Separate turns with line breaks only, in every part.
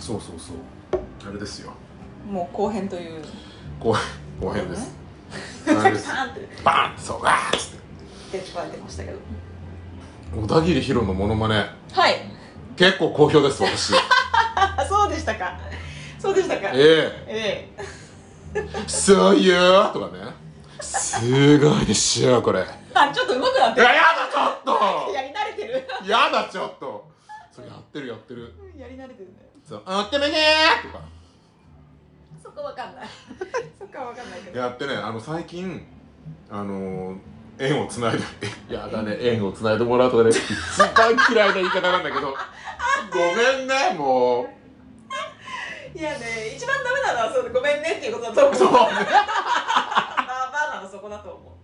そうそうそうあれですよ
もう後編 という
後後編です
パ
あれ
ーンっ
です
て
バーンそうわーっつって
出てこられてましたけど
小田切ヒロのモノマネ
はい
結構好評です私
あそうでしたかそうでしたか
え
ええ
えそういうとかねすごいでしょこれい
あちょっと上手くなって
や
る
やだちょっと
やり慣れてる
やだちょっとそれやってるやってる
やり慣れてるね
そう「あってめねー」とか
そこわ かんないそこはわかんないけど
やってねあの最近あのー縁をつないでい やだね縁をつないでもらうとかね一番嫌いな言い方なんだけど ごめんねも
いやね一番ダメなのはそうごめんねっていうことだと
う
思う
そう
バーバーなのそこだと思う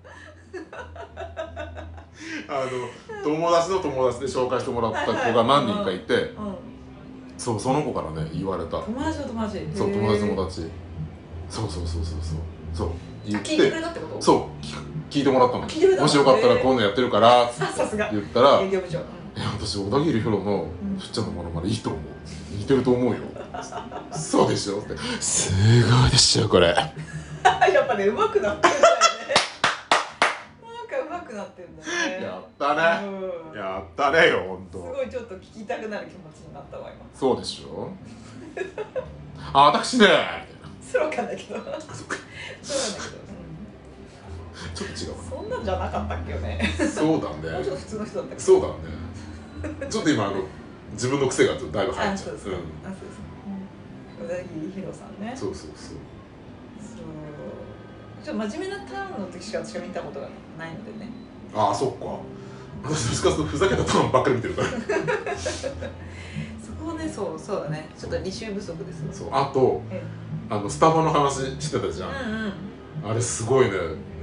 あの友達の友達で紹介してもらった子が何人かいて
うん
そうその子からね言われた
友達の友達
そう友達の
達
友達そうそうそうそうそうそう言っ
聞いてく
て
れたってこと
そう聞聞いてもらったの
聞いてくれたの
もしよかったらこんなんやってるからっつっ
あさすが
て言ったら
営業部長うん
いや私小田切ヒロのふっちゃんのものまでいいと思う似てると思うよそうでしょってすごいでしょこれ
やっぱね、上手くなって るんだよね。なんか上手くなってるんだよね。
やったね
うん
やったねよほん
す
と
ごいちょっと聞きたくなる気持ちになったわ今。
そうでしょあ私ね
そうかんだけど。そうなんだ
そっか
けど。
ちょっと違う
うんそんなんじゃなかったっけよね。
なそうだ
もう
ね
ちょっと普通の人だったっけど。
そうだねちょっと今あの自分の癖がちょっとだいぶ入
あ、
っちゃ
そう
う
ですか。あ、そうですか。うん小田切ヒロさんね。
ん、
そう。
そうそうそう
ちょっと真面目なターンの時しか私が見たことがないのでね。
ああそっか私どっちかというとふざけたターンばっかり見てるから
そこはね、そうそうだね。ちょっと履修不足ですわ。
そうあと
え
あのスタバの話してたじゃん
うんうん。
あれすごいね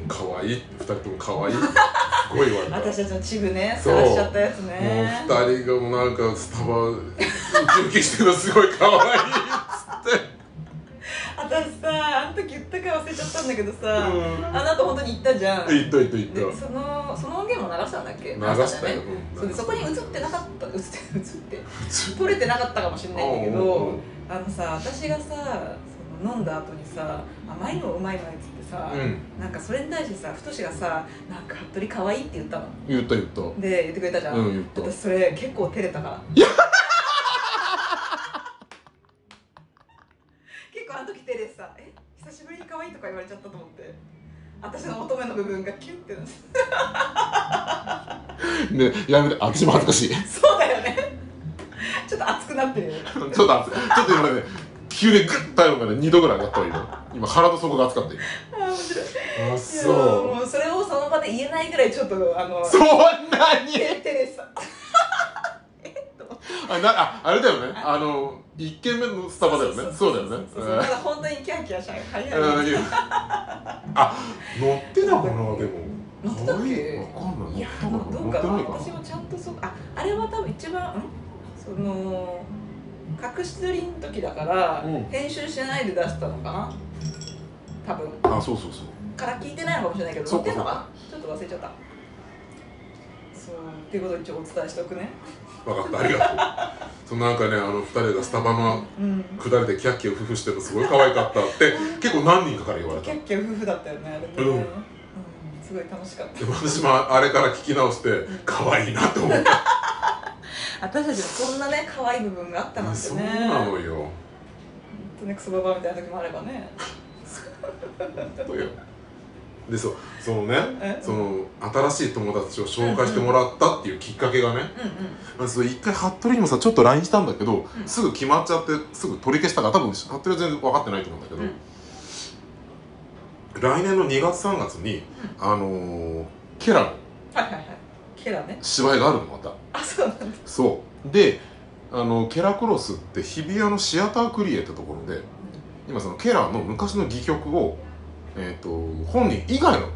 可愛い二人とも可愛いすごい言われた
私たちのチグね、
そう
探しちゃったやつね。
もう二人がもうなんかスタバウキウキしてるのすごい可愛いっつって
私さあの時言ったか忘れちゃったんだけどさ、あ
う
の後本当に行ったじゃん
んいっといっといっ
で
と
そのその音源も流したんだっけ
流したよ
ね、
うん
そうでそこに映ってなかった映って映って
普通
撮れてなかったかもしれないんだけ
うんうん
どあのさ私がさその飲んだ後にさ甘いのうまいのやつってさ、
うんうん
なんかそれに対してさふとしがさ「なんか服部可愛いって言ったの
言った言ったう
で言ってくれたじゃん、
ん言った
私それ結構照れた から結構あの時照れてさ「え久しぶりに可愛いとか言われちゃったと思って私の乙女の部分がキュンってなって
ねやめてあっちも恥ずかしい
そうだよねちょっと熱くなってるよね
ちょっと熱いちょっと今ね急にグッと体温がね二度ぐらい上がったわ今今腹の底が熱かった今
あー面白い
あ
いや
そう
もうそれをその場で言えないぐらいちょっとあの
そんなに
照れ照れてた
あなああれだよねあの一軒目のスタバだよねそうだよね
そうそうただ本当にキャーキャーしゃべり
うんうんあ乗ってたかなでも
乗ってたっけ
わかんないい
や
乗
ど
った
う
の
かな
乗ってない
私
かな
もちゃんとそうああれは多分一番んその隠し撮りの時だから、
うん
編集しないで出したのかな多分
あそうそうそう
から聞いてないのかもしれないけど
そ
乗
う
っ
か
て
そ
ん
う
の
か
かなちょっと忘れちゃったそうっていうことを一応お伝えしておくね
分かったありがとうそのなんかねあの二人がスタバの
うん
下りでキャッキャウフフしてるのすごい可愛かったって結構何人かから言われ
キ
た
ャッキャ夫婦だったよねあれね、
うん
うんすごい楽しかった
で私もあれから聞き直して可愛いなって思った
私たちもそんなね可愛い部分があったなんてね
そうなのよ
ほんとねクソババアみたいな時もあればね
そうよでそうそのね
え
その新しい友達を紹介してもらったっていうきっかけがね、
うんうん
まあ、そう一回服部にもさちょっと LINE したんだけど、すぐ決まっちゃってすぐ取り消したから多分服部は全然分かってないと思うんだけど、来年の2月3月に、あのーケラの
はいはいはいケラね
芝居があるのまた
あそうなんだ
そうであのケラクロスって日比谷のシアタークリエってところで今そのケラの昔の戯曲を、えー、と本人以外の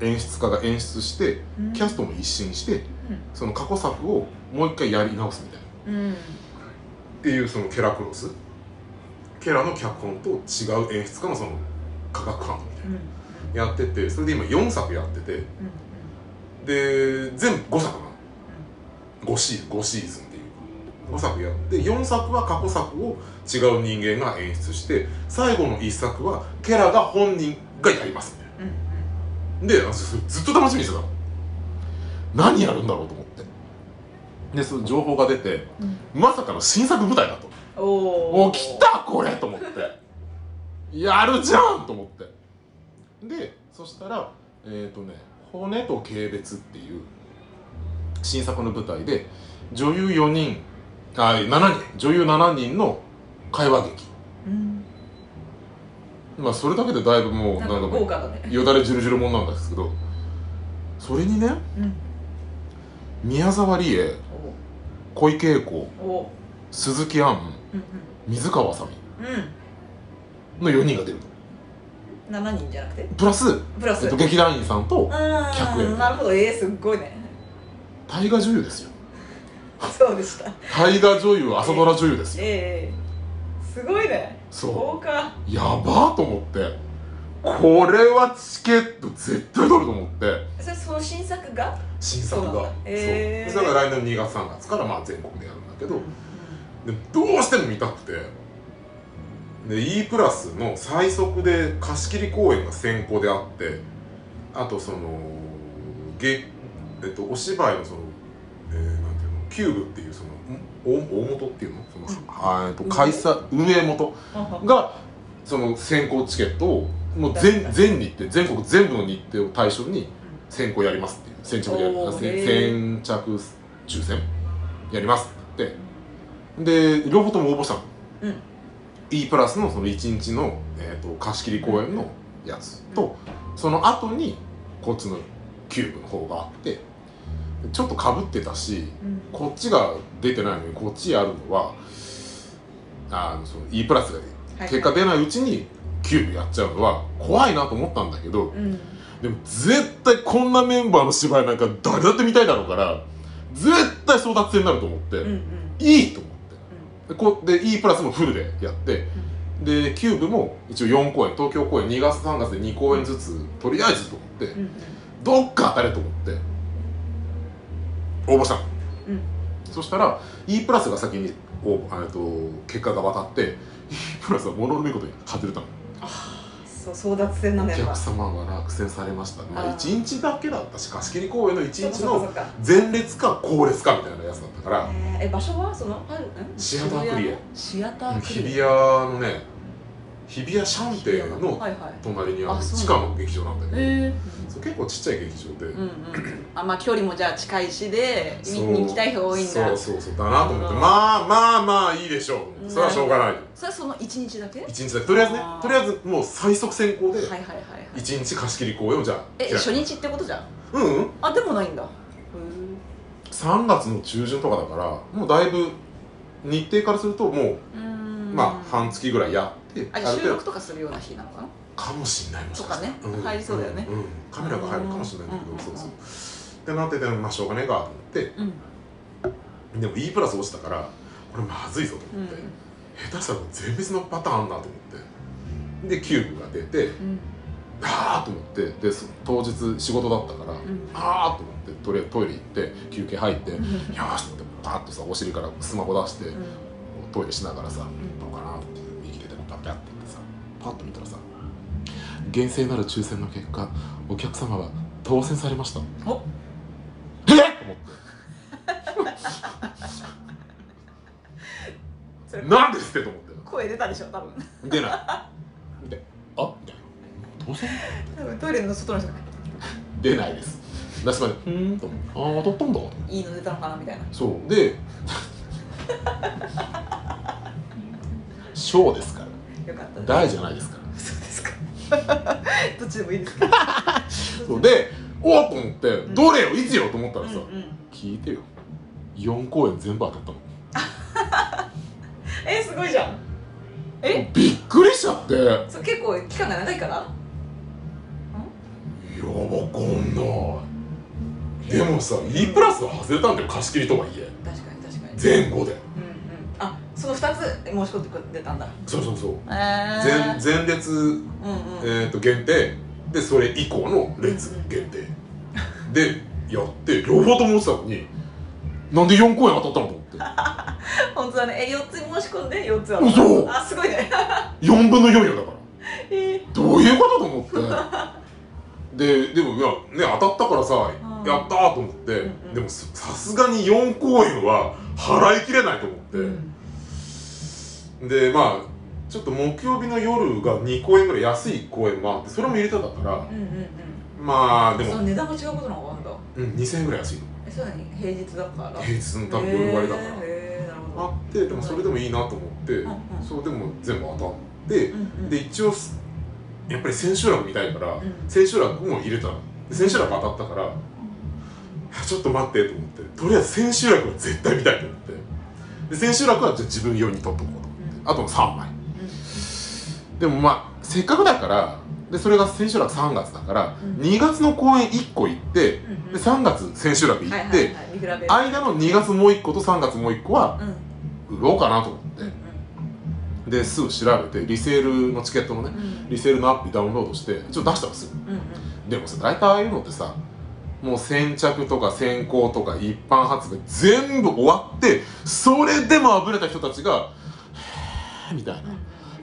演出家が演出してキャストも一新してその過去作をもう一回やり直すみたいな。
うん、うん、
っていうそのケラクロスケラの脚本と違う演出家のその科学班みたい
うん
なやっててそれで今4作やっててで全部5作なの 5, シー5シーズンっていう5作やって4作は過去作を違う人間が演出して最後の1作はケラが本人がやりますみたい
うんうん
なで私それずっと楽しみにしてたの何やるんだろうと思ってでその情報が出て
うん
まさかの新作舞台だと
お
お
お
来たこれと思ってやるじゃんと思ってでそしたらえっ、とね「骨と軽蔑」っていう新作の舞台で女優4人あ7人女優7人の会話劇
うん
まあそれだけでだいぶもう
な
なんんか
か豪
も
華だね
うよだれじゅるじゅるもんなんですけどそれにね
うん
宮沢りえ小池栄子
おお
鈴木杏
うん
水川あさ
うんう
みの4人が出るの
ん7人じゃなくて
プラス、
プラス
えっと、劇団員さんと
う
100
ん
円
なるほどええすっごいね
大河女優ですよ
そうでした
大河女優朝ドラ女優ですよ
ええすごいね
そ
豪華
うやばーと思ってこれはチケット絶対取ると思って
それその新作が
新作
そうな
が
んだへー
そうだから来年2月3月からまあ全国でやるんだけどでどうしても見たくてで E プラスの最速で貸し切り公演が先行であってあとそのげ、えっと、お芝居のその、えーなんていうのキューブっていうそのん大大元っていうのその、あーえっと開催運営元
うん
がその先行チケットをもう全全日程全国全部の日程を対象に先行やりますっていう先着でや
おー
る
へ
先
ー
先着抽選やりますって言ってで両方とも応募したの、
うん
E プラスのその1日の、えー、と貸し切り公演のやつと、その後にこっちのキューブの方があってちょっとかぶってたし
うん
こっちが出てないのにこっちやるのはあのその E プラスが
はい
結果出ないうちにキューブやっちゃうのは怖いなと思ったんだけど
うん
でも絶対こんなメンバーの芝居なんか誰だって見たいだろうから絶対争奪戦になると思って、
うんうん
いいと思ってでこうで E プラスもフルでやって、でキューブも一応4公演東京公演2月3月で2公演ずつとりあえずと思って、
うん
どっか当たれと思って応募したの、
うん
そしたら E プラスが先に応募えっと結果が渡って E プラスはものの見事に外れたの
そう争奪戦なん
お
だよ
客様が落選されましたま
あー
あ1日だけだったし貸し切り公演の1日
そ
の
っかそっか
前列か後列かみたいなやつだったから
えー、場所はそのあるん
シアタークリエ
シアターク
日
リエ
比谷のね日比谷シャンテの
はいはい
隣にあ
あ
る
そう
地下の劇場なんだけど、
え
そう結構ちっちゃい劇場で、
うんうんあまあ距離もじゃあ近いしで見
そう
見に行きたい人多いんだ
そうそうそうだなと思って
うん
まあまあまあいいでしょ
うん
うそれはしょうがない
それはその一日だけはい
一日だけとりあえずね
あー
とりあえずもう最速先行で
はいはいはい
一日貸し切り公演をじゃあ
え初日ってことじゃん
うんうん
あでもないんだへ
3月の中旬とかだからもうだいぶ日程からするとも
え
うまあ半月ぐらいやって
あじゃあ収録とかするような日なのかな
かもしんないもしかしたら
とかね入りそうだよね
んんカメラが入るかもしれないんだけ
うん
どそうそうってなっててまあしょうがねえかと思って
うん
でも E プラス落ちたからこれまずいぞと思って、下手したら全別のパターンあんなと思ってでキューブが出て
うん
あーと思ってでそ当日仕事だったから、あーと思ってとりあえずトイレ行って休憩入って、
う
よ
ん
ーしと思ってパーッとさお尻からスマホ出して、
うん
トイレしながらさ、どうかなって右手でパッパッって言ってさパッと見たらさ厳正なる抽選の結果お客様は当選されました
お
えっと思って
それ
なんですってと思って
声出たでしょ多分
出ないであみたいな当選
多分トイレの外の人が
出ないです出しまでうーんと思ってああ当たったんだと思って
いいの出たのかなみたいな
そうで ショーですから
よかったね
大じゃないですから
そうですかどっちでもいいですけど
そうでおっと思ってどれよいつよと思った
う
ら
ん
さ、
うん
聞いてよ4公演全部当たったの
えすごいじゃんえ
びっくりしちゃっていや
そう結構期間が長いから
わかんないでもさ E プラスは外れたんだよ貸し切りとはいえ
確かに確かに
前後で
うんうんあその2つ申し込んでたんだ
そうそうそう
へえ
前前列、
うんうん
えー、と限定でそれ以降の列限定でやって両方とも落ちたのになんで4公演当たったのと思って
本当だねえ四つ申し込んで四つは
嘘
あすごいね
4分の4よだから
えー
どういうことと思ってで でもいや、ね、当たったからさ
ん
やったーと思って、
うんうん
でもささすがに4公演は払いきれないと思って、
うん
でまあちょっと木曜日の夜が2公演ぐらい安い公演もあってそれも入れてたから
うんうん
まあ
う
で
んその
も、
値段が違うことなのかなんだ
うん、2000円ぐらい安いの
えそうだね平日だから
平日の多分夜割れだから
へ、えなるほど
あってでもそれでもいいなと思って、
んうん
そうでも全部当たって
う、んうん
で一応やっぱり千秋楽見たいから、
うん
千秋楽も入れたので千秋楽当たったからちょっと待ってと思ってとりあえず千秋楽は絶対見たいと思ってで千秋楽はじゃあ自分用に取っとこうと思ってあと3枚でもまあせっかくだからでそれが千秋楽3月だから、
うん
2月の公演1個行って
うんうん
で3月千秋楽行って、
はいはいはい見比べる
間の2月もう1個と3月もう1個は
うん
売ろうかなと思
うん
ってですぐ調べてリセールのチケットのね
うん
リセールのアプリダウンロードしてちょっと出したらすぐ
うんうん
でもさ大体ああいうのってさもう先着とか先行とか一般発売全部終わってそれでもあぶれた人たちが「へーみたいな
うん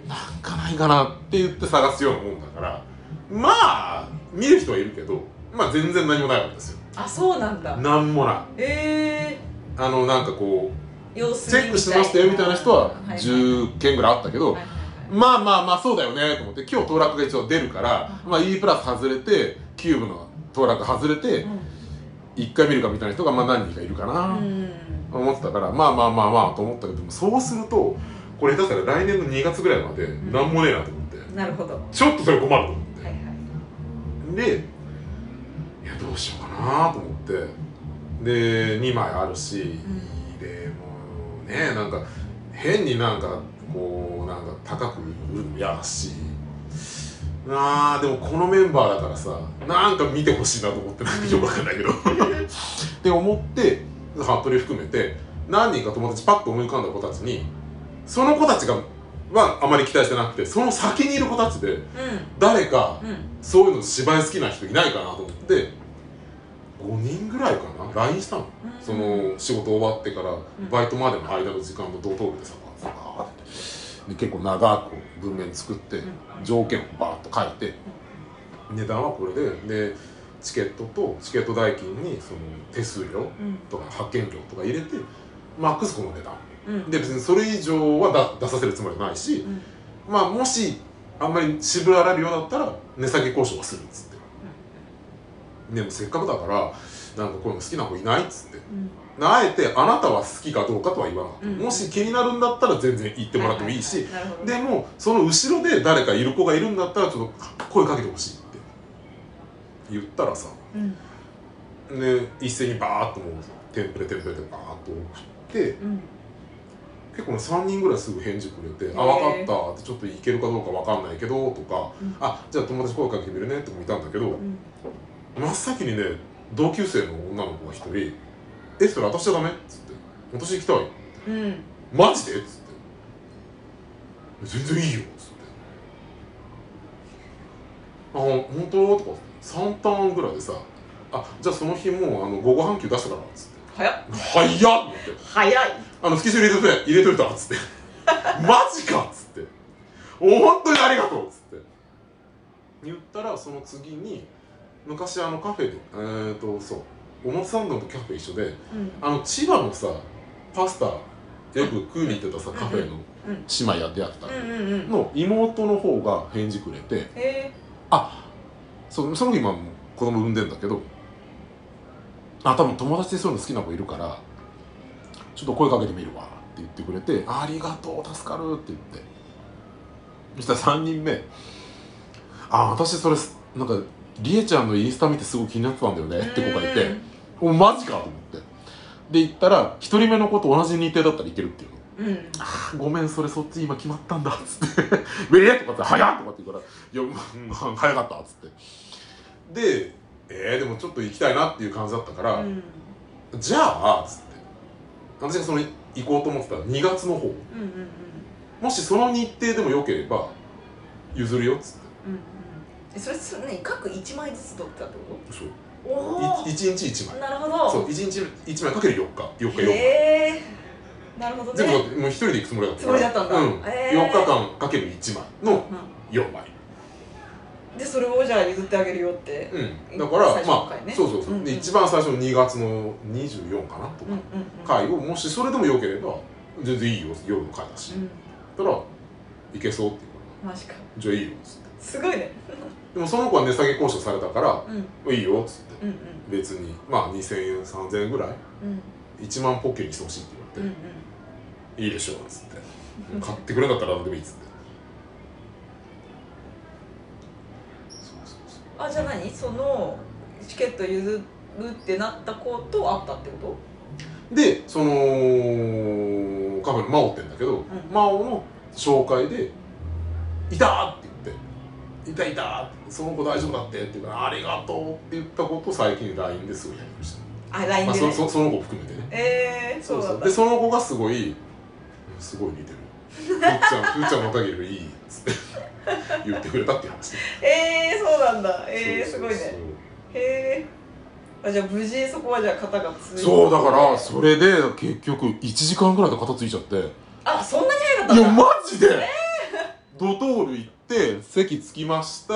なんかないかなって言って探すようなもんだからまあ見る人はいるけどまあ全然何もないわけですよ
あそうなんだ
何もない
ええ
あのなんかこう
様子
チェックしてましたよみたいな人は
はいはい
10件ぐらいあったけど、
はいはいはい
まあまあまあそうだよねと思って今日当落が一応出るから、まあ、E プラス外れてキューブの当落外れて1回見るかみたいな人がまあ何人かいるかな、
うんうん
思ってたからまあまあまあまあと思ったけどもそうするとこれ下手したら来年の2月ぐらいまで何もねえなと思って、
なるほどは
ちょっとそれ困ると思っ
いはい
てでいやどうしようかなと思ってで2枚あるし、
ん
でもうねなんか変になんかこうなんか高く売るのも嫌だしなあでもこのメンバーだからさなんか見てほしいなと思ってなんかよくわかんないけどって思って服部含めて何人か友達パッと思い浮かんだ子たちにその子たちがはあまり期待してなくてその先にいる子たちで誰か
うんうん
そういうの芝居好きな人いないかなと思って5人ぐらいかな LINE したの。
うん
その仕事終わってから
ん
バイトまでの間の時間の同等部でさバーッてで結構長く文面作って
うん
条件をバーッと書いて値段はこれででチケットとチケット代金にその手数料
うん
とか派遣料とか入れてマックスこの値段
うん
で別にそれ以上は出出させるつもりはないし
うん
まあもしあんまり渋られるようだったら値下げ交渉はするっつってでもせっかくだからなんかこういうの好きな子いないっつって
うん
あえてあなたは好きかどうかとは言わなかった、
うん
もし気になるんだったら全然言ってもらってもいいし、
はははなるほど
でもその後ろで誰かいる子がいるんだったらちょっと声かけてほしいって言ったらさ
うん
ね一斉にバーッともうテンプレテンプレでバーッと送って
うん
結構ね3人ぐらいすぐ返事くれて「
へ
あ分
ー
かった」ってちょっといけるかどうか分かんないけどとか
うん
「あじゃあ友達声かけてみるね」ってもいたんだけど、
うん
真っ先にね同級生の女の子が一人「えそれ私じゃダメ?」っつって「私行きたい」
うん
マジでっつって「全然いいよ」っつって「あ本当?」とか3ターンぐらいでさ「あじゃあその日もうあの午後半休出したから」っつって
早っ
「早っ!」って
早い
「あのスケジュール入れといて入れといた」っつって 「マジか!」っつって「お本当にありがとう!」っつって言ったらその次に昔あのカフェでえっ、とそう表参道のカフェ一緒で
うん
あの千葉のさパスタよく食いに行ってたさカフェの
うん
姉妹や出会ってた
うんうんうん
の妹の方が返事くれて
へ
そその時今もう子供産んでんだけどあ多分友達でそういうの好きな子いるからちょっと声かけてみるわって言ってくれてありがとう助かるって言ってそしたら3人目あ私それなんかりえちゃんのインスタ見てすごい気になってたんだよ
え
ねって子がいて。おマジかと思ってで行ったら1人目の子と同じ日程だったらいけるっていうの
うんうん
あごめんそれそっち今決まったんだっつって 「ウェーとかって「早っ!」とかって言うから「いや、うん、早かった」っつってでえー、でもちょっと行きたいなっていう感じだったから「
うん
じゃあ」っつって私がその行こうと思ってた2月の方
うんうん
もしその日程でもよければ譲るよっつって
うんうんえそれすね各一枚ずつ取ったってこ
そう
とおお
1日1枚
なるほど
そう1日1枚かける4日4日4日
へえなるほどね
全部だってもう一人で行くつもりだったから
つもりだったんだ
うん
へー
4日間かける1枚の
う
4枚
んでそれをじゃあ譲ってあげるよって
うんだから
最初の
ま
回ね
あそうそうそう、
うんうん
で一番最初の2月の24かなと
うんう
か
んうん
回をもしそれでもよければ全然いいよ夜の回だし、
うん
だからいけそうっていうから
マジか
じゃあいいよっつって
すごいね
でもその子は値下げ交渉されたから
うんうん
いいよっつって
うん
別にまあ2000円3000円ぐらい
うん
1万ポッケにしてほしいって
う
言
んう
われ
ん
て、いいでしょうっつって
うん
買ってくれんだったら何でもいいっつってそうそうそう
あじゃあ何そのチケット譲るってなった子と会ったってこ
でそのカフェの真央ってんだけど、真央の紹介で「いた!」って言って「いたいた!」って「その子大丈夫だって」って言うから「ありがとう」って言ったことを最近 LINE ですごいやりました、
とあ LINE
まあ、
で、
そ
ね
そその子含めてね
えー、そうだった
でその子がすごい「すごい似てる」ふーちゃん「ふーちゃんのおかげでいい」っつって言ってくれたっていう話
えー、そうなんだえー、
そ
す
うそ
ご
う
いねへえあじゃあ無事そこはじゃあ肩がつい
そうだからそれで結局1時間ぐらいで片付いちゃって
あそんなに早か
い
った
や
んだ
マジで、ドトール行って席着きました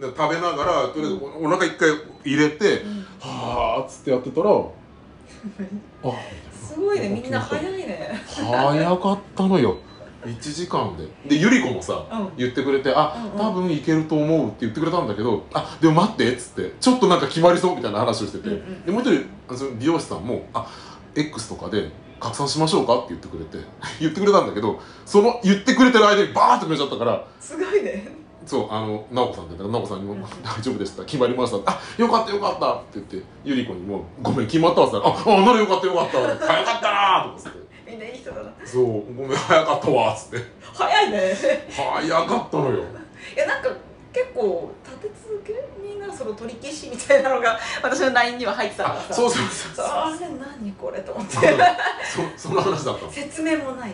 で食べながらとりあえずおお腹一回入れて、
うん
はあっつってやってたらあ
すごいねみんな早いね
早かったのよ1時間ででゆり子もさ
うん
言ってくれて「あ
うんうん
多分いけると思う」って言ってくれたんだけど「あでも待って」っつってちょっとなんか決まりそうみたいな話をしてて、
うんうん
でもう一人あその美容師さんも「あ X とかで拡散しましょうか」って言ってくれて 言ってくれたんだけどその言ってくれてる間にバーってくれちゃったから
すごいね
そう、あの、直子さんで、直子さんにも、
うん
大丈夫でした、決まりました、あ、よかったよかったって言って、ゆり子にも、ごめん、決まったわって言ったら、あ、あ、ならよかったよかった、早かったなーとかっつって、
みんないい人だな
そう、ごめん、早かったわっつって、
早いね
早かったのよ。
いやなんか結構立て続けになんかその取り消しみたいなのが私の LINE には入ってたから
あ
さ、
そうそうそう
そうあれ何これと思って
そう。 そその話だったの
説明もない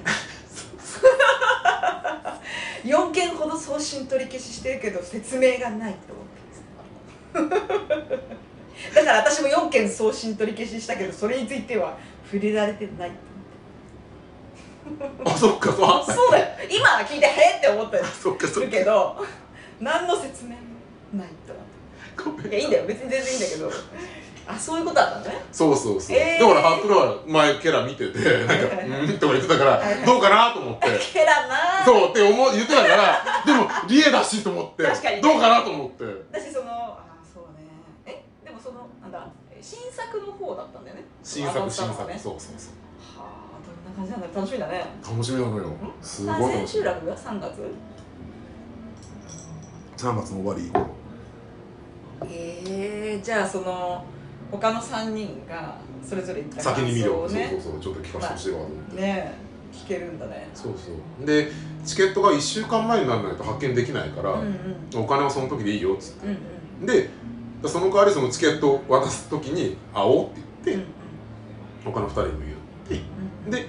4件ほど送信取り消ししてるけど説明がないと思ってだから私も4件送信取り消ししたけどそれについては触れられてないと
あ、そっか、そうあ
思ってそうだよ今聞いてへえって思ったり
そっか、
す
そっ
る
か、
けど何の 説明もないと思って
ごめん
いやいいんだよ別に全然いいんだけどあそういうことだったのね
そうそうそう。
えー
で、俺、ハートロア、前、ケラ見てて、なんか、う
はいはいはい
ーんとか言ってたか
はいは
ら、
い
どうかなと思って。
けらなー
そうって思う言ってたから、でも、リエだしと思って、
確かにね
どうかなと思って。
だしそのあーそうねえでもそのなんだ新作の方だったんだよね
新作
そ
新
の
作
当たったのね
そうそうそう
はあどんな感じなんだろう楽しみだね
楽しみなのよすごい楽
あ千
し
秋
み
楽が3月
3月の終わり以降
えー、じゃあその他の3人がそれぞれ行った
先に見ろ
を
そうそう
ね
そうちょっと聞かせてほしいわと思って、
ねえ聞けるんだね
そうそうでチケットが1週間前にならないと発券できないから、
うんうん
お金はその時でいいよっつっ
うんうん
てでその代わりそのチケットを渡す時に会おうって
う
言
ん
って、他の2人にも言っ
うん
てで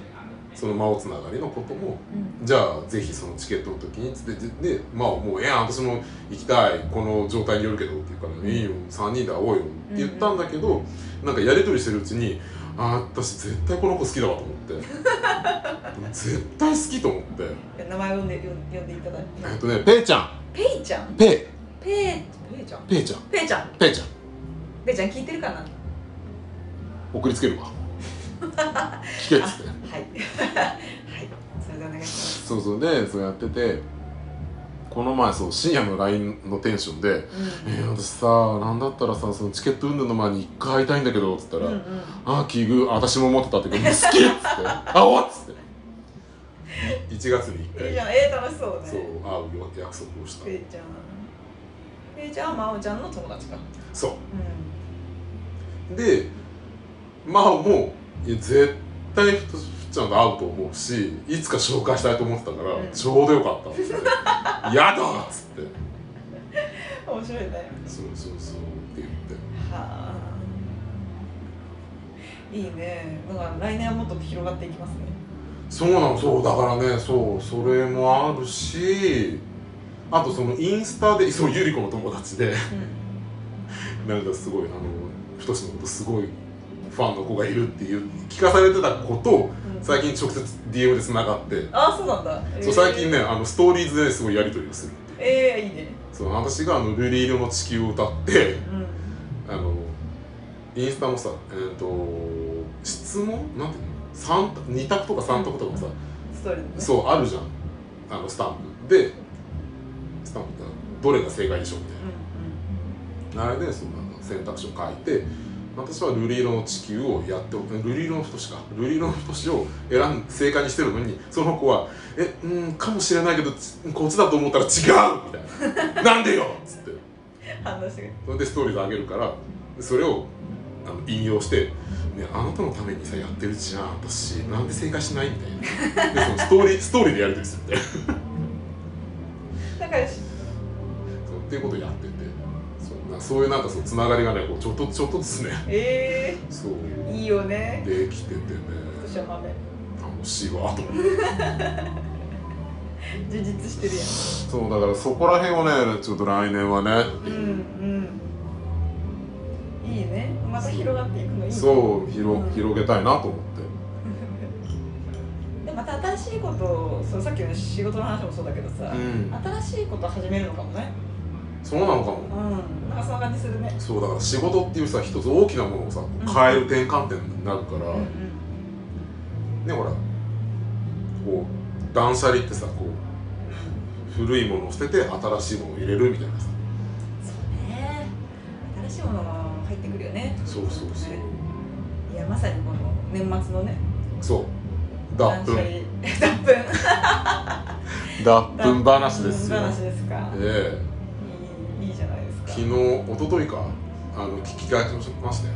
その魔王つながりのことも
うん
じゃあぜひそのチケットの時にっつってででまあもうええやん私も行きたいこの状態によるけどって言うから、
ん
いいよ3人で会おうよって言ったんだけど、なんかやり取りしてるうちにあー私絶対この子好きだわと思って 絶対好きと思って
いや名前を呼んで呼ん呼んでいただいて
えっとねペイちゃん
ペイちゃん
ペイ
ペイペイちゃん
ペイちゃん
ペイちゃん
ペイちゃん
ペイちゃん聞いて るかな
送りつけ るわ聞けっつって
はいはいそれでお願いします
そうそうでそうやっててこの前そう深夜の LINE のテンションでえー、私さなんだったらさそのチケット運動の前に一回会いたいんだけどっつった
うん
ら「
うん
ああ奇遇あ私も思ってた」って言 うから「好き!」っつって「会おう!」っつって1月に
いい
1
じ
回
ゃんえー、楽しそうだ
そう
ね
会うよ約束をした
ペイちゃんペイちゃんは真央ちゃんの友達か
そ
うん
うで真央もいや絶対ふとふっちゃんと会うと思うしいつか紹介したいと思ってたから、
うん
ちょうどよかったっつって「やだ!」っつって
面白いね
そうそうそうって言って
はあいいねだから来年はもっと広がっていきますね
そうなのそうだからねそうそれもあるしあとそのインスタでそうゆり子の友達で
うん
なんかすごいあの太しのことすごいファンの子がいるっていう聞かされてたことを
うん
最近直接 DM でつながって、
あそうなんだ、えー
そう最近ねあのストーリーズですごいやり取りをする
えー、いいね
そう私があの「瑠璃色の地球」を歌って
うん
あのインスタのさえっ、と質問なんていうの三2択とか3択とかさ、
ストーリーのね
そうあるじゃんあのスタンプでスタンプってどれが正解でしょうみたいな
うんう
あ
ん
れでその選択肢を書いて私は瑠璃色の地球をやっておく瑠璃色の太しか瑠璃色の太しを選ん正解にしてるのにその子は「えうんかもしれないけどつこっちだと思ったら違う!」みたいな「なんでよ!」っつって
反応してくれる
それでストーリーズ上げるからそれをあの引用して、ね「あなたのためにさやってるじゃん私なんで正解しない?」みたいなでそのストーリーストーリーでやり取りするみたいな
仲良し
そうっていうことをやっててそうなそういうなんかそうつながりがねこうちょっとちょっとずつね
え
そう
ー、いいよね
できててね
今年は豆
楽しいわと思って
充実してるやん
そうだからそこら辺をねちょっと来年はね、
うんうんいいねまた広がっていくのいいね
そう広広げたいなと思って
でまた新しいことをそのさっきの仕事の話もそうだけどさ、
ん
新しいことを始めるのかもね
そうなのかも
うんなんかそんな感じするね
そうだから仕事っていうさ一つ大きなものをさ
ん
変える転換点になるから、
うんうん
ねほらこう断捨離ってさこう古いものを捨てて新しいものを入れるみたいなさ
そうね新しいものが入ってくるよね
そうそうそう
いやまさにこの年末のね
そう脱
断捨離
粉
脱粉
脱粉話ですよ
脱粉話ですか
ええ
いいいいじゃないですか
昨日一昨日かあの聞き返しましたよ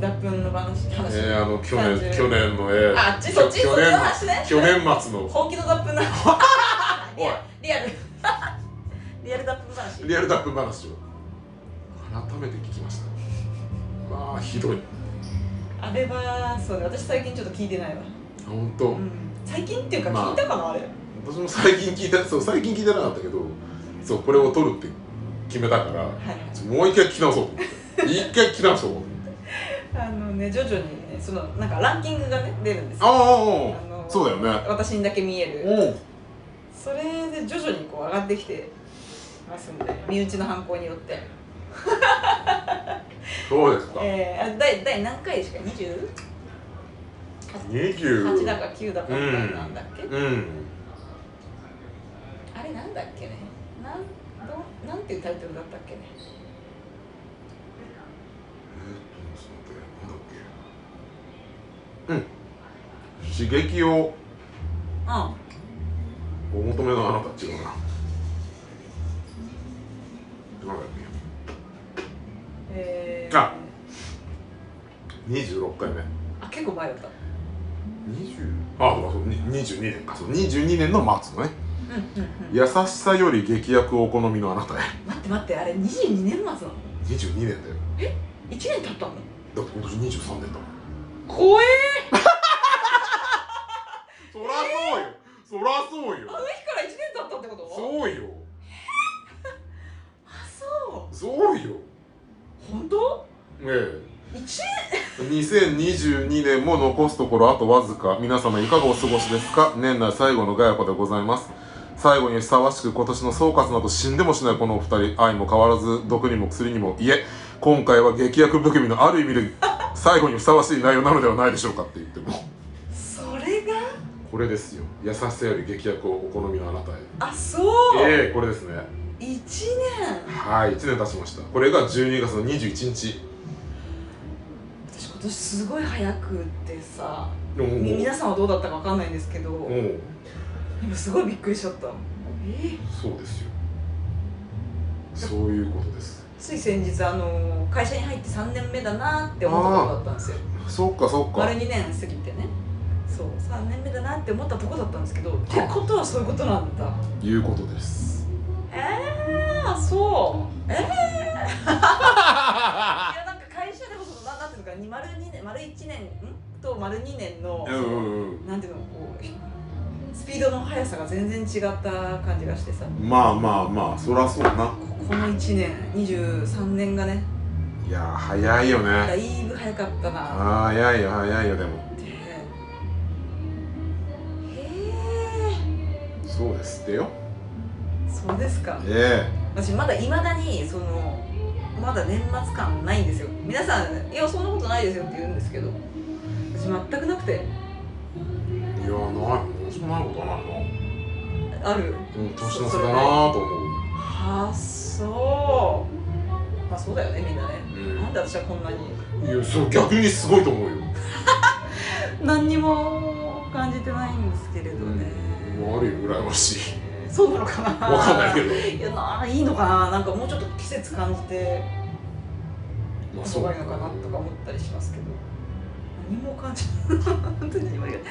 脱粉の話話、
えー、あの去年
30
去年のえー
ああっちそっち
去
そっちの話ね
去年去年末の
本気の脱粉な
おい
リアル リアル脱粉話
リアルダップ話を改めて聞きましたまあひどい
あれはそうね私最近ちょっと聞いてないわ、
本当、
うん、最近っていうか
まあ
聞いたかな、あ、れ
私も最近聞いてそう最近聞いてなかったけどそうこれを撮るって決めたから
はい
ちょもう一回聞き直そうと思って一回聞き直そうと 思って
あのね徐々にねそのなんかランキングがね出るんです
あ
よ
あ
の
そうだよね
私にだけ見える
おう
それで徐々にこう上がってきてますんで身内の犯行によって
そうですか、
えー、あ第第何回ですか 20? 8
20
だか9だかみたいなんだっけ、
うん
あれなんだっけねなんどなんていうタイトルだったっけね
うん刺激を
うん
お求めのあなた違うななんだっ
え
あけ26回目
あ結構前だった
20あそうかそうに22年かそう22年の末のね
うんうんうん
優しさより劇薬をお好みのあなたへ
待って待ってあれ22年末なの1
22年だよ
年経ったの
だって今年23年だもん
怖え
そらそうよそらそう
あの
よ
日から1年経ったってこと
そうよ
あそ
そうよ
う本当
ええ
?1 年
2022年も残すところあとわずか皆様いかがお過ごしですか年内最後のガヤパでございます最後にふさわしく今年の総括など死んでもしないこのお二人愛も変わらず毒にも薬にもいえ今回は劇薬含みのある意味で最後にふさわしい内容なのではないでしょうかって言っても
それが
これですよ優しさより劇薬をお好みのあなたへ
あそう、
ええこれですね
1年
はい1年経ちましたこれが12月の21日
私今年すごい早くってさ
もうもう
み皆さんはどうだったかわかんないんですけど
もう
今すごいびっくりしちゃったえ
そうですよそういうことです
つい先日あの会社に入って3年目だなって思ったとこだったんですよ
そっかそっか
丸2年過ぎてねそう3年目だなって思ったとこだったんですけどってことはそういうことなんだ
いうことです
えー、そ うえー、いやなんか会社でもそのななんていうのかに丸二年丸1年んと丸2年の、
うんうんうん
なんていうのこうひスピードの速さが全然違った感じがしてさこ
まあまあまあそらそうな
この1年23年がね
いやー早いよ
だ
ね
いぶ早かったな
あー早いよ早いよでも
ってへえ
そうですってよ
そうですか
え
私まだいまだにそのまだ年末感ないんですよ皆さん「いやそんなことないですよ」って言うんですけど私全くなくて
えいやーないそんなことないの
ある
うん年の瀬だなーと思う
はあそうまあそうだよねみんなねなんで私はこんなに
うんいやそう逆にすごいと思うよ
何にも感じてないんですけれどね、
うんあるよ羨ましい
そうなのかな
わかんないけど
いやないいのかななんかもうちょっと季節感じて
まあ
す
そう
ごいのかなとか思ったりしますけど何も感じない本当に何も感じ ない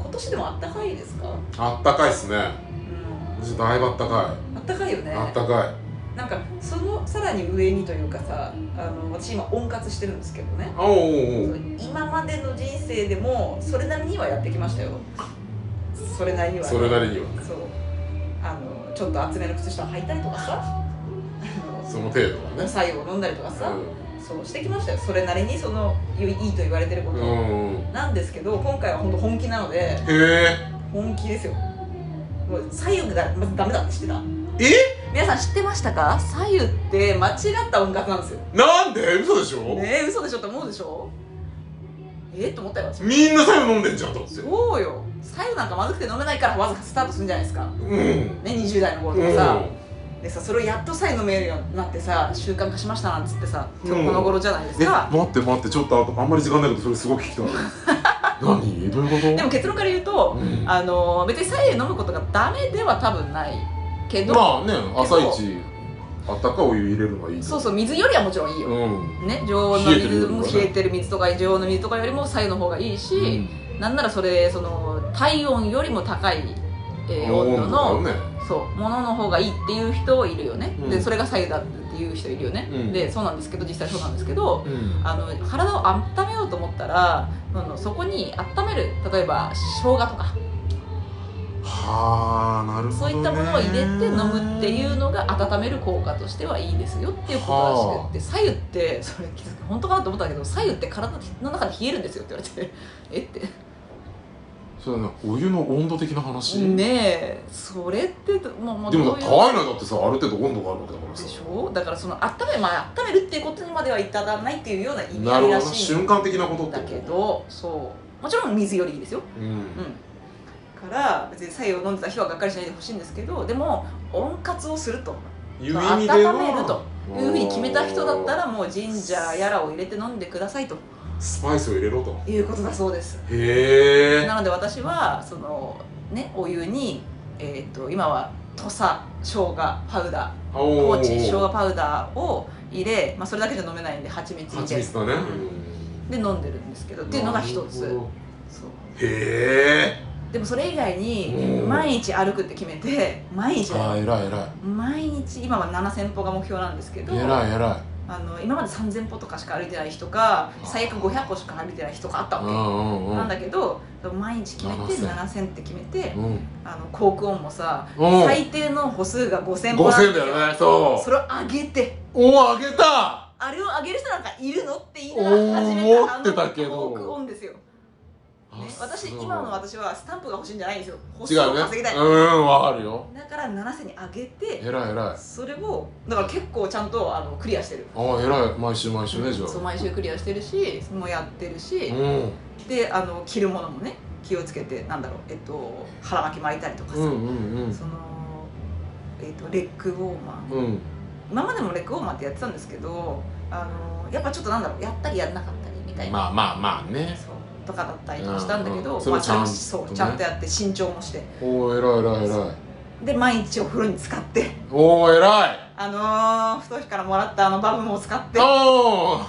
今年でもあったかいですか、
あったかいっすね
うん、
私だいぶあったか
あったかいよね
いあったかい
なんかそのさらに上にというかさあの私今温活してるんですけどね
あおうおうおう
今までの人生でもそれなりにはやってきましたよそれなりには
それなりには
そうあのちょっと厚めの靴下を履いたりとかさ
その程度
お
はね
白湯を飲んだりとかさ、
う
そうしてきましたよそれなりにそのいいいいと言われてること
ん
を、
うん
なんですけど今回は本当本気なので
へ
本気ですよもう左右がまずダメだって知ってた
え
皆さん知ってましたか左右って間違った音楽なんですよ
えなんで嘘でしょ、
ねえ嘘でしょって思うでしょえっと思ったよ私
みんな左右飲んでんじゃんと思って
そうよ左右なんかまずくて飲めないからわずかスタートするんじゃないですかね
うん
20代の頃とかさ、でさそれをやっと左右飲めるようになってさ習慣化しましたなんつってさ今日この頃じゃないです
え
か、
待って待ってちょっとあとあんまり時間ないけどそれすごく聞き たい何どういうこと
でも結論から言うと、
うん
あの別に左右飲むことがダメでは多分ないけど、
まあね朝一あったかいお湯入れるのはいい
そうそう水よりはもちろんいいよ、
うん
ね、常温の
冷えてるよ
水
り
も
はね
冷えてる水とか常温の水とかよりも左右の方がいいし、なんならそれその体温よりも高い、えー温度の、
温だよね
そうものの方がいいっていう人いるよね、
うん
でそれが左右だっていう人いるよね、
うん
でそうなんですけど実際そうなんですけど
うん
あの体を温めようと思ったらあのそこに温める例えば生姜とか
はあなるほど、
そう
ね、
いったものを入れて飲むっていうのが温める効果としてはいいですよっていうことらしくて左右ってそれ気づく本当かなと思ったんだけど左右って体の中で冷えるんですよって 言われてえって
そうだねお湯の温度的な話、
ねえそれってどまあまあ
で
ど
も
ういう
乾いないだってさある程度温度があるわけだからさ
でしょだからその温め,、まあ、温めるっていうことにまではいただないっていうような意味
な
合
る
い
ほど
ら
ね
しい
瞬
ん
間的なことって
だけどそうもちろん水よりいいですよ
うん
うんから別に白湯を飲んでた人はがっかりしないでほしいんですけどでも温活をすると
いう意
温
味では
めるというふうに決めた人だったらもうジンジャーやらを入れて飲んでくださいと
スパイスを入れろと
いうことだそうです
へえ
なので私はそのねお湯に、えー、と今は土佐生姜パウダー
高
高知生姜パウダーを入れ、まあ、それだけじゃ飲めないんで蜂蜜入
蜂
れ
蜜だね
で飲んでるんですけどっていうのが一つ
なるほ
そう
どへ
でもそれ以外に
うん
毎日歩くって決めて毎日
えああ偉い偉
毎日今は7000歩が目標なんですけど
い偉い偉い
あの今まで3000歩とかしか歩いてない人か最悪500歩しか歩いてない人とかあった
う
わ
んうん
け
うん
なんだけど毎日決めて
7000
7000って決めて
うん
あの航空音もさ
うん
最低の歩数が5000歩なん
5000
ですよ
だよねそ
それを上げて
うおあげた
あれを上げる人なんかいるのって言いな
おー
がら初めて
思ってたけど
航空音ですよ、ね、私今の
は
私はスタンプが欲しいんじゃないんですよ歩
違
数を
うね
稼ぎたい、
うんわかるよ
だから7000に上げて
偉い偉い
それをだから結構ちゃんとあのクリアしてる
ああ偉い毎週毎週ねじゃあ
そう毎週クリアしてるしもうやってるし、
うん
であの着るものもね気をつけてなんだろう、えっと、腹巻き巻いたりとかさ、
うんうん
その、えっと、レッグウォーマー
うんうん
今までもレッグウォーマーってやってたんですけどあのやっぱちょっとなんだろうやったりやらなかったりみたいな、
まあまあまあね
そうとかだったりとかしたんだけど、
うんうんそれも
まあ、
ちゃんとね
そうちゃんとやって慎重もして
おお偉い偉い偉い
で毎日お風呂に使って
おお偉い
あのー、太いからもらったあのバブも使って
おー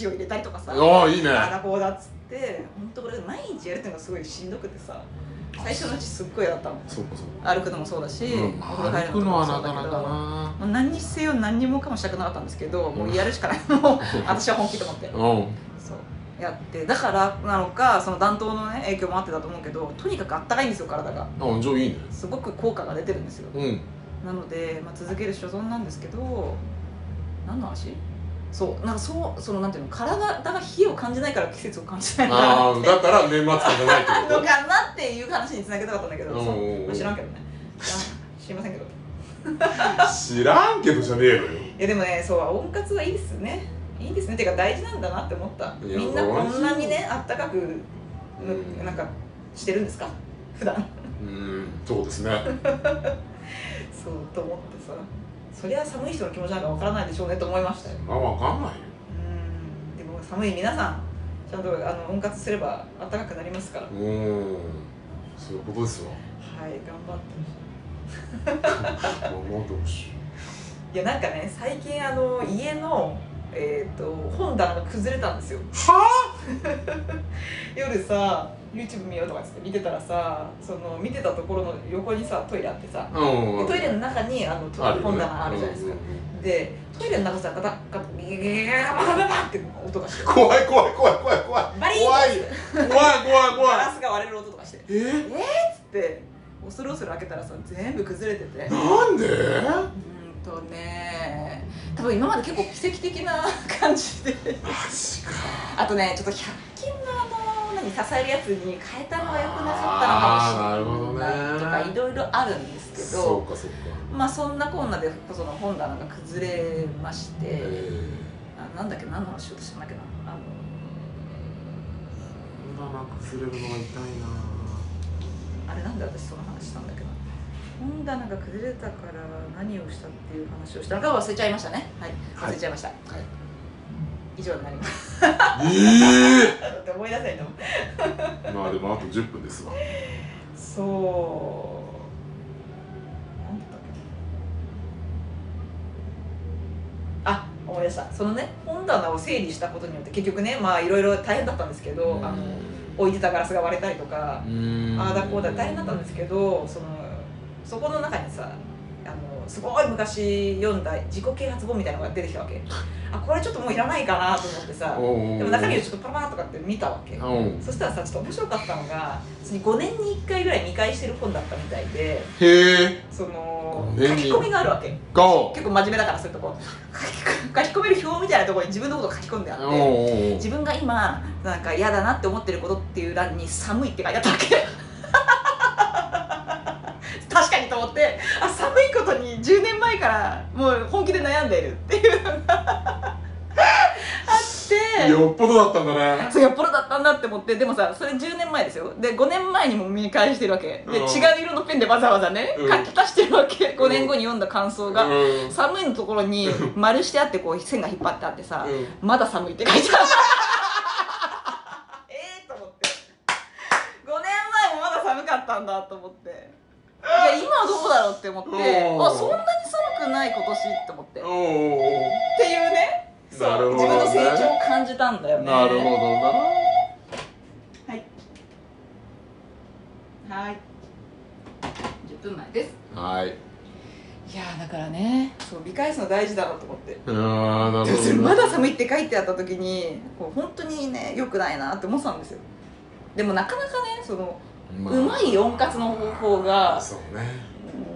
塩入れたりとかさ
おーいいね
あらこうだっつって本当これ毎日やるっていうのがすごいしんどくてさ最初のうちすっごい嫌だったの
そうかそう
歩くのもそうだし、
か、うん、ま
お風呂
あ
入
歩
る
く
と
の
も
は
そ
な
うだ
か
けど
なかな
もう何にせよ何にもかもしたくなかったんですけどもうやるしかないもう私は本気と思って
うん
そうやってだからなのかその暖冬のね影響もあってだと思うけどとにかくあったかいんですよ体が
あじゃあいいね
すごく効果が出てるんですよ
うん
なので、まあ、続ける所存なんですけど何の話そうなんかそうそのなんていうの体が冷えを感じないから季節を感じないんだ
あ
な
あ
って
だから年末感じゃないって
の
こ
かなっていう話につなげたかったんだけど
おう
そ
おうお
う
う
知らんけどね知らん知りませんけ
と
ど
知らんけどじゃねえのよ
いやでもねそう温活はいいですねいいですねっていうか大事なんだなって思った
いや
みんなこんなにねあったかく
うん
なんかしてるんですか普段
うーんそうですね
そうと思ってさそりゃ寒い人の気持ちなんかわからないでしょうねと思いましたよ
まあわかんないよ
うんでも寒い皆さんちゃんとあの温活すればあったかくなりますからは
うーんそういうことですわ
い頑張ってほしい
まあなんでもし
いやなんかね最近あの家の、えー、と本棚が崩れたんですよ
は
夜さ YouTube 見ようとかっつって見てたらさその見てたところの横にさトイレあってさ
あうん
でトイレの中にあのと本棚あるじゃないですか、でトイレの中さガタッガタッギギギギギギギギギギギって音がして
怖い怖い怖い怖い怖い
バリーン
怖い怖い怖い
ガ
怖い
ラスが割れる音とかして
えー
で恐る恐る開けたらさ全部崩れてて
なんで
うんとね多分今まで結構奇跡的な感じで
マジか
あとねちょっと100均のあの何支えるやつに変えたのが良くな
あーな
かった
る
のか
ほど
もし
ね
れないとかいろいろあるんですけ
そ
ど
うかそうか
まあそんなこんなでその本棚が崩れまして、
え
あなんだっけ何の話しようとしたんだっけなあ
ー本棚崩れるのが痛いな
のあれなんで私その話したんだっけな本棚が崩れたから何をしたっていう話をしたのか忘れちゃいましたねはい
はい
忘れちゃいました、
はい
以上になります
え
だって思い出せないと思う
えまあでもあと10分ですわ
そうなんだったっけあ思い出したそのね本棚を整理したことによって結局ねまあいろいろ大変だったんですけど、あの置いてたガラスが割れたりとか、ああだこうだ大変だったんですけどそのそこの中にさあのすごい昔読んだ自己啓発本みたいなのが出てきた わけあこれちょっともういらないかなと思ってさでも中身をちょっとパラパラとかって見たわけ
うん
そしたらさちょっと面白かったのが別に5年に1回ぐらい見返してる本だったみたいで
へえ
その
5
書
年に
き込みがあるわけ
ゴー
結構真面目だからそういうとこ 書き書き込める表みたいなところに自分のことを書き込んであって
お
自分が今なんか嫌だなって思ってることっていう欄に「寒い」って書いてあったわけ 確かにと思ってあ寒いことに10年前からもう本気で悩んでいるっていうの があって
よっぽどだったんだね
そうよっぽどだったんだって思ってでもさそれ10年前ですよで5年前にも見返してるわけ
うん
で、違う色のペンでわざわざね、
うん
書き足してるわけ5年後に読んだ感想が、
うん
寒いのところに丸してあってこう線が引っ張ってあってさ、
うん
まだ寒いって書いてある ええと思って5年前もまだ寒かったんだと思っていや今はどうだろうって思って
うん
あそんなに寒くない今年って思ってっ
おー
ていうねそう
なるほどね
自分の成長を感じたんだよね
なるほどな
はい。はい。10分前です。
はい
いやーだからね、そう見返すの大事だろうと思って。
あーなるほ
それ
ど
ま
ね
だ寒いって書いてあった時に、こう本当にね良くないなって思ってたんですよ。でもなかなかね、その
ま
うまい温活の方法が
そうね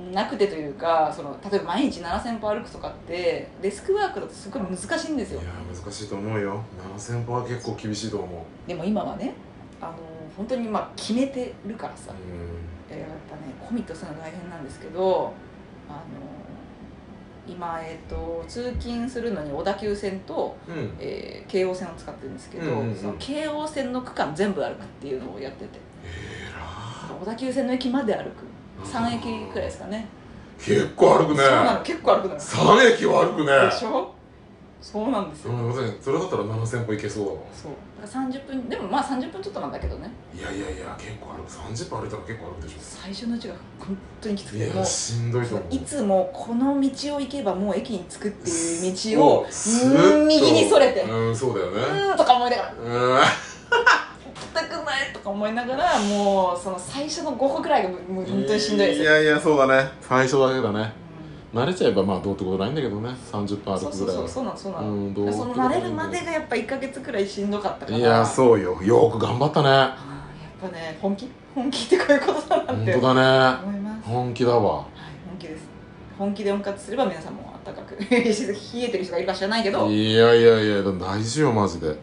うんなくてというか、その例えば毎日7000歩歩くとかってデスクワークだとすごい難しいんです
い
よ
や。ー難しいと思うよ7000歩は結構厳しいと思
でも今はね、あのー本当にまあ決めてるからさ
う。うん
いややっぱねコミットするの大変なんですけどあの今、えっと通勤するのに小田急線と、
うん
えー京王線を使ってるんですけど、
うんうんうん
その京王線の区間全部歩くっていうのをやってて小田急線の駅まで歩く3駅くらいですかね
結構歩くね
そうなの結構歩くのよ
3駅は歩くね
でしょそうなんです
う
よ、
んまさにそれだったら7000歩いけそうだわ
そうだから30分でもまあ30分ちょっとなんだけどね
いやいやいや結構歩く30歩歩いたら結構歩くでし
最初のうちが本当にきつ
ょ
く
い
ても
や
う
しんどいと思う
いつもこの道を行けばもう駅に着くっていう道をう
そうスッ
ー
と
ん右にそれてう
うんそうだよね
ーんとか思いながら
うん
全くないとか思いながらもうその最初の5個くらいがもうもう本当にしんどいですよ
やいやそうだね最初だけだね
うん
慣れちゃえばまあどうってことないんだけどね30分歩
そう
く
そ
ぐら
う
い
そう
は
そうなのそうなの
うんど
だ
う
からその慣れるまでがやっぱ1か月くらいしんどかったから
いやそうよよく頑張ったね
あーやっぱね 本気本気ってこういうことだなっ
本
て
当だね
思います
本気だわ
はい本気です本気で温活すれば皆さんもあったかく 冷えてる人がいるか知らないけど
いやいやいや大事よマジで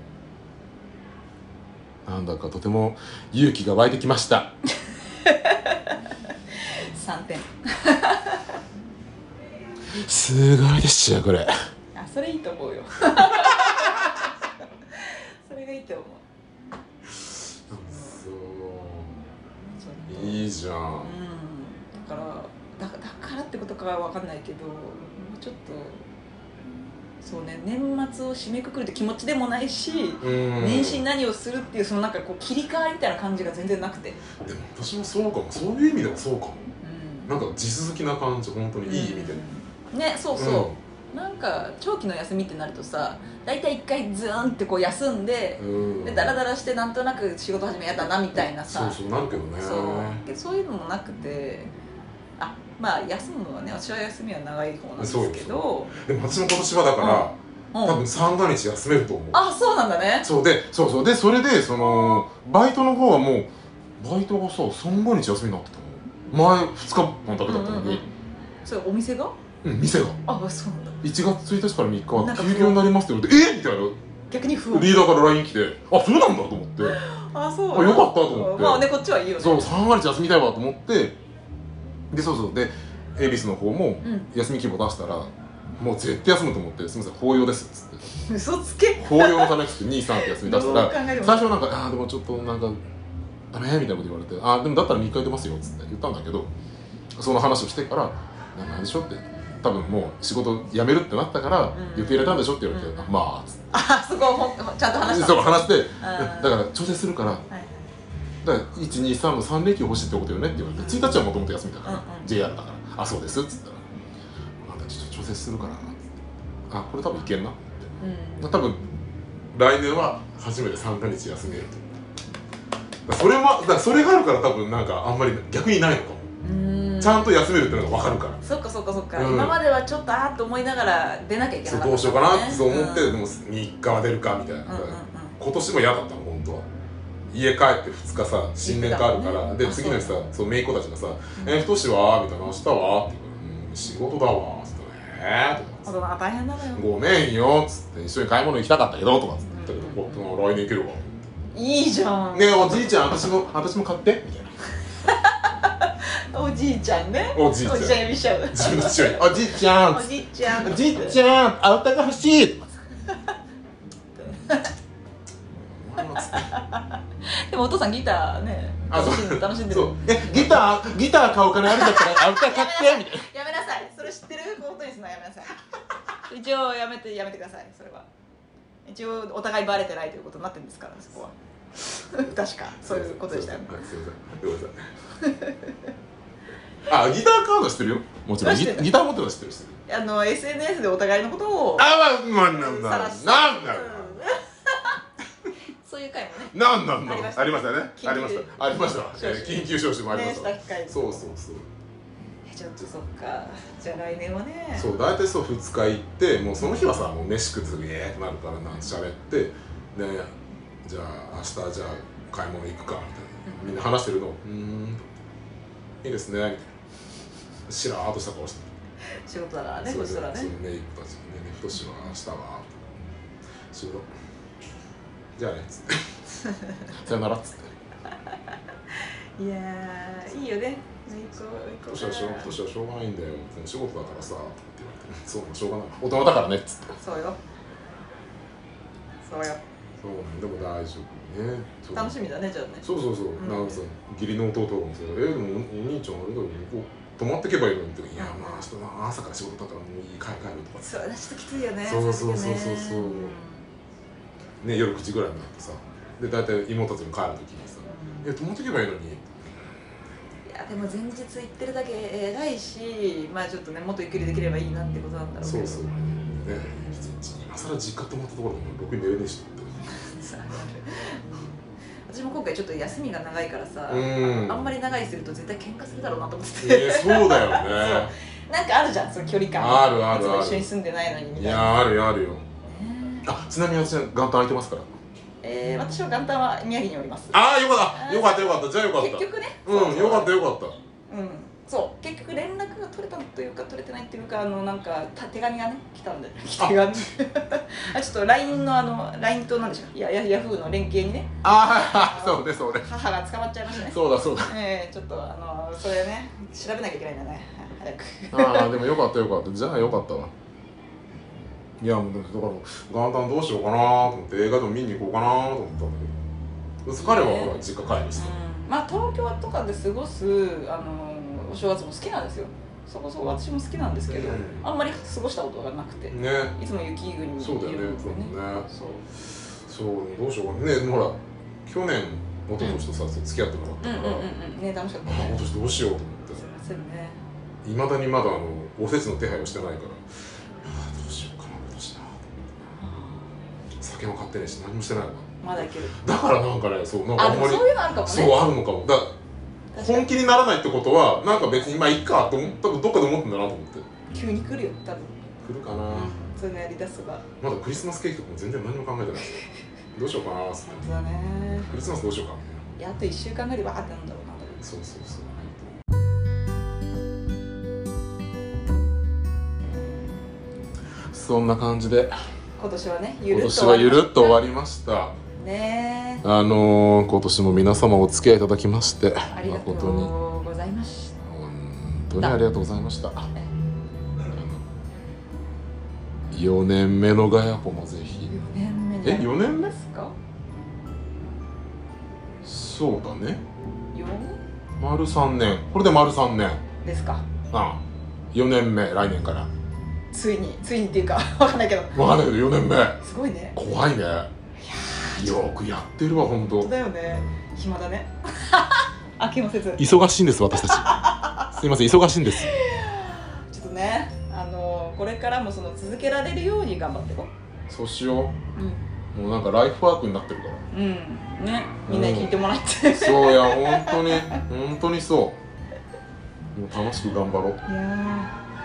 なんだかとても勇気が湧いてきました
3点
すごいですよこれ
あそれいいと思うよ それがいいと思う
そう
そうね
いいじゃ
うんんだからだだからってことかは分かんないけどもうちょっとそうね年末を締めくくるって気持ちでもないし、
うん
年始に何をするっていうそのなんかこう切り替わりみたいな感じが全然なくて、
でも私もそうかもそういう意味でもそうかもなんか地続きな感じ本当にいい意味で、
うんねそうそう、なんか長期の休みってなるとさ大体一回ズーンってこう休んで
う、ん、うん、
でダラダラしてなんとなく仕事始めやだなみたいなさ
そうそうなるけどね
そうでそういうのもなくてあまあ休むのはね私は休みは長い方なんですけど
でも私も今年はだから、
う
多
ん、
分三が日休めると思う
あそうなんだね
そうでそうそうでそれでそのバイトの方はもうバイトがさ三が日休みになってたの前2日間だけだったの
うんうんうん
に、
それお店が
うん店が
あそうなんだ
1月1日から3日
な
は
んか
休業になりますって言われてえみたいな
逆に不安
リーダーから LINE 来てあそうなんだと思って
あそう
あよかったと思って
まあねこっちはいいよね
そう三が日休みたいわと思ってでそうそうで恵比寿の方も
うん
休み規模出したらもう絶対休むと思って「すみません法要です」っつって
嘘つけ
法要のためっつって23って休み
ど
出し
う考
たら
えても
最初はなんか「ああでもちょっとなんかダメ」みたいなこと言われて「ああでもだったら3日空いてますよ」っつって言ったんだけどその話をしてから「なんかあれでしょ」って多分もう仕事辞めるってなったから
うん
予定入れたんでしょって言われて
うん
「まあ」っつって
あそこはほんちゃんと話した
そう話して「だ
あー
から調整するから
はいはい
だから123の3連休欲しいってことよねって言われて1日はもともと休みだから、
うんうん
JR だから「あそうです」っつったら「あちょっと調整するから」っつって「あこれ多分いけんな」って
うん
多分来年は初めて3ヶ日休めるとだからそれはだからそれがあるから多分なんかあんまり逆にないのかも、
うん
ちゃんと休めるってのが分かるから、
そっかそっかそっか、
うん
今まではちょっとあーっと思いながら出なきゃいけ
そ
な
う
かった
どうしようかなってそう
ね
思って、
うん
でも3日は出るかみたいな、
うんうんうん
今年も嫌だったの本当は家帰って2日さ新年会あるから、
ね
で
あ
次の日さ
そう
そう姪っ子たちがさ「
ん
え太しは?」みたいな「明日は?」って言うから「うん仕事だわ」っつって「えー
大
とかっつっ
人は大変なのよ
て「ごめんよ」っつって「一緒に買い物行きたかったけど」とかっつって言ったけど「僕も来年行けるわ」
いいじゃん、
ねえおじいちゃん私も私も買ってみたいな
おじいちゃんね
おじいちゃん
おじいちゃん呼びしちゃう
自分の父親におじいちゃん
おじいちゃん
おじいちゃんアウターが欲し い
でもお父さんギターね
あ
楽
そう
しんで楽しんでる
そうえギターギター買うお金あるんだったらアウター買ってみたいな
やめなさいそれ知ってることにすんのやめなさい一応やめてやめてくださいそれは一応お互いバレてないということになってるんですからそこは 確かそういうことでしたよ
はいすいませんごめんなさいあギター買うの知ってるよもちろんギ
知ってる
ギター持ってるの知ってる知ってる
あの SNS でお互いのことを
あまあなんだ
晒す
なんだ
うん そういう回もね
なんなんだ
ありました
ありましたねありまし
緊急
たありましたわ
招
えー
集
緊急招集もありま
ね
し
した
た
機会
そうそうそう
えちょっとそっかじゃあ来年はね
そう大体そう2日行ってもうその日はさもう飯食ってイエーってなるからなんか喋ってでじゃあ明日じゃあ買い物行くかみたいなみんな話してるのうーんいいですねみたいなしらーっとした顔して
仕事だからね
そ
そ
れ
したら
でそ
ね
のメイクたちもねね太しは明日は仕事じゃあねっつって さよならっつって
いやーいいよね行こう行こう
太しはしょう太しはしょうがないんだよでも仕事だからさとかって言われてそうもしょうがない大人だからねっつって
そうよそうよ
そうなんでも大丈夫ねそう
楽しみだねじゃあね
そうそうそう、
ん
なんかさ義理の弟もさ「えでもお兄ちゃんあれだよこう泊まってけばいいのに」って言うからいやまあ明日の朝から仕事だからもういい帰る帰る」とか
それはちょっときついよね
そうそう
れだけね
そうそうそうね夜9時ぐらいになってさで大体妹たちも帰る時にさ「いや泊まってけばいいのに」
いやでも前日行ってるだけ偉いしまあちょっとねもっとゆっくりできればいいなってことなんだろうけ
そ
ど
うそうね今更実家泊まったところでもうろくに寝れねえしと思って
さ私も今回ちょっと休みが長いからさ、
うん
あんまり長いすると絶対喧嘩するだろうなと思ってて、
えー、そうだよね
なんかあるじゃんその距離感
あるあるある
いつも一緒に住んでないのにみたい
い
な
やあるよあるよ
ね
あちなみに私は元旦空いてますから
えー、私は元旦は宮城におります
ああよかったよかったよかったじゃあよかっ
結
た
局ね
うんよかった
よ
よかった
うんそう結局連絡が取れたというか取れてないっていうかあのなんかた手紙がね来たんで手紙 あちょっと LINE のあの LINE となんでしょういやヤヤフーの連携にね
ああ そうねそうね
母が捕まっちゃいましたね
そうだそうだ
ええちょっとあのそれね調べなきゃいけないんだね早く
ああでもよかったよかったじゃあよかったないやもうだから元旦どうしようかなと思って映画でも見に行こうかなと思ったんだけど疲れはほら実家帰るし
まあ東京とかで過ごすあのお正月も好きなんですよそこそこ私も好きなんですけど、
うん
あんまり過ごしたことがなくて、
ね
いつも雪国にいる
そうだよね
ん
い
で
つもね
そう
そうどうしようかねねほら去年一昨年とさそう付き合ってもらった
うん
か
うん
ら、
うんうんね楽しかった
ああ今
ね
年どうしようと思って
すいませんね
いまだにまだあのおせちの手配をしてないからああどうしようかな今年な酒も買ってねえし何もしてないわ
まだいける
だからなんかねそうなんか
あ
あ
で
ん
も
まり
そういうのあるかもね
そうあるのかもだ
確か
本
に
気にならないってことはなんか別にまあいっかと思ったどっかで思ってんだなと思って
急に来るよ多分、
来るかな、
うん、そういうのやりだすとか
まだクリスマスケーキとかも全然何も考えてないですよどうしようかなっつって
本当だね
クリスマスどうしようかみたいない
やあと1週間ぐらいわーってなんだろうな多分
そうそうそうそんな感じで
今年はねゆ
今
るっと
年はゆるっと終わりました
ね
あのー、今年も皆様お付き合いいただきまして
えありがと
誠に
うございまし
本当にありがとうございました4年目のガヤポもぜひ
た4年目に
え4年目
ですか
そうだね
4
丸3年これで丸3年
ですか
ああ4年目来年から
ついについにっていうか わかんないけど
分かんないけど4年目
すごいね
怖いねよくやってるわ本当
本当だよね暇だね あけませず
忙しいんです私たち すいません忙しいんです
ちょっとねあのこれからもその続けられるように頑張っていこ
そうしよ
ううん
うもうなんかライフワークになってるから
うんねみんなに聞いてもらって、い
そうや本当に本当にそうもう楽しく頑張ろう
や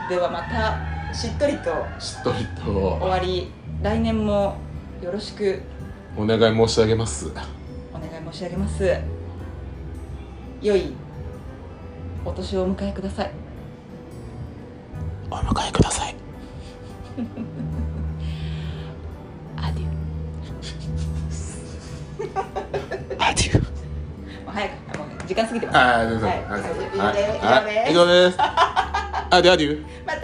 ーではまたしっとりと
しっとり
終
と
わり来年もよろしく
お願い申し上げます
お願い申し上げます良いお年をお迎えください
お迎えください
アデュー
アデュー
もう早くもう時間過ぎてます
ああ、どうぞ
はい
はい
以上です
はい以上ですあでアデュー
また